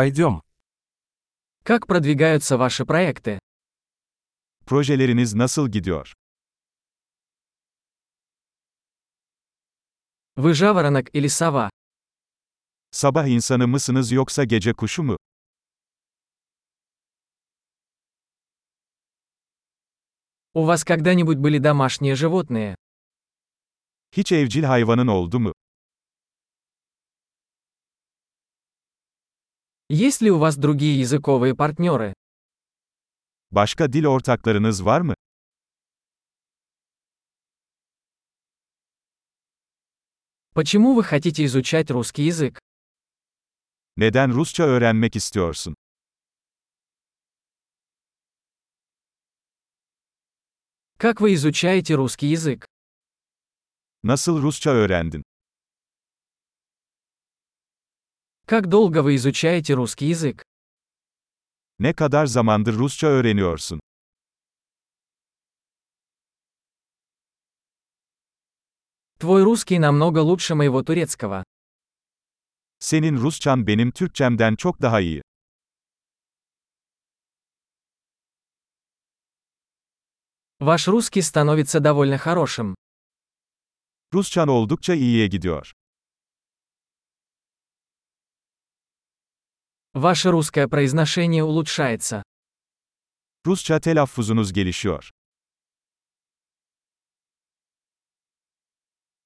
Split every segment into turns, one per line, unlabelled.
Пойдем.
Как продвигаются ваши проекты?
Projeleriniz nasıl gidiyor?
Вы жаворонок или сова?
Sabah insanı mısınız yoksa gece kuşu mu?
У вас когда-нибудь были домашние животные?
Hiç evcil hayvanın oldu mu?
Есть ли у вас другие языковые партнеры?
Başka dil ortaklarınız var mı?
Почему вы хотите изучать русский язык?
Neden Rusça öğrenmek istiyorsun?
Как вы изучаете русский языk?
Nasıl Rusça öğrendin?
Как долго вы изучаете русский язык?
Ne kadar zamandır Rusça öğreniyorsun?
Твой русский намного лучше моего турецкого.
Senin Rusçan benim Türkçemden çok daha iyi.
Ваш русский становится довольно хорошим.
Rusçan oldukça iyiye gidiyor.
Ваше русское произношение улучшается.
Rusça telaffuzunuz gelişiyor.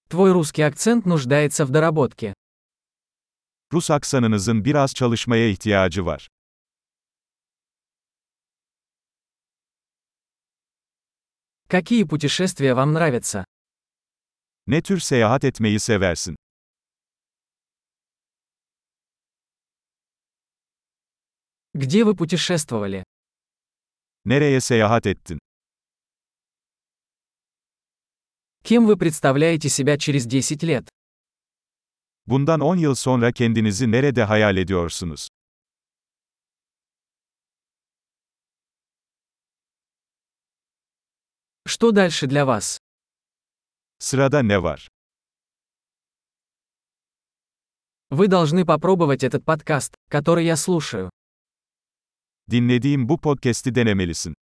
Твой русский акцент нуждается в доработке.
Rus aksanınızın biraz çalışmaya ihtiyacı var.
Какие путешествия вам нравятся?
Ne tür seyahat etmeyi seversin?
Где вы путешествовали?
Nereye seyahat ettin?
Кем вы представляете себя через 10 лет?
Bundan 10 yıl sonra kendinizi nerede hayal ediyorsunuz?
Что дальше для вас?
Sırada ne var?
Вы должны попробовать этот подкаст, который я слушаю.
Dinlediğim bu podcast'i denemelisin.